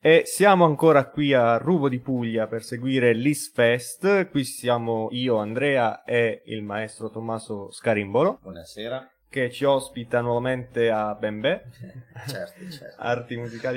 E siamo ancora qui a Ruvo di Puglia per seguire l'ISFest. Qui siamo io, Andrea e il maestro Tommaso Scarimbolo, Buonasera. che ci ospita nuovamente a Bembè, certo, certo. arti musicali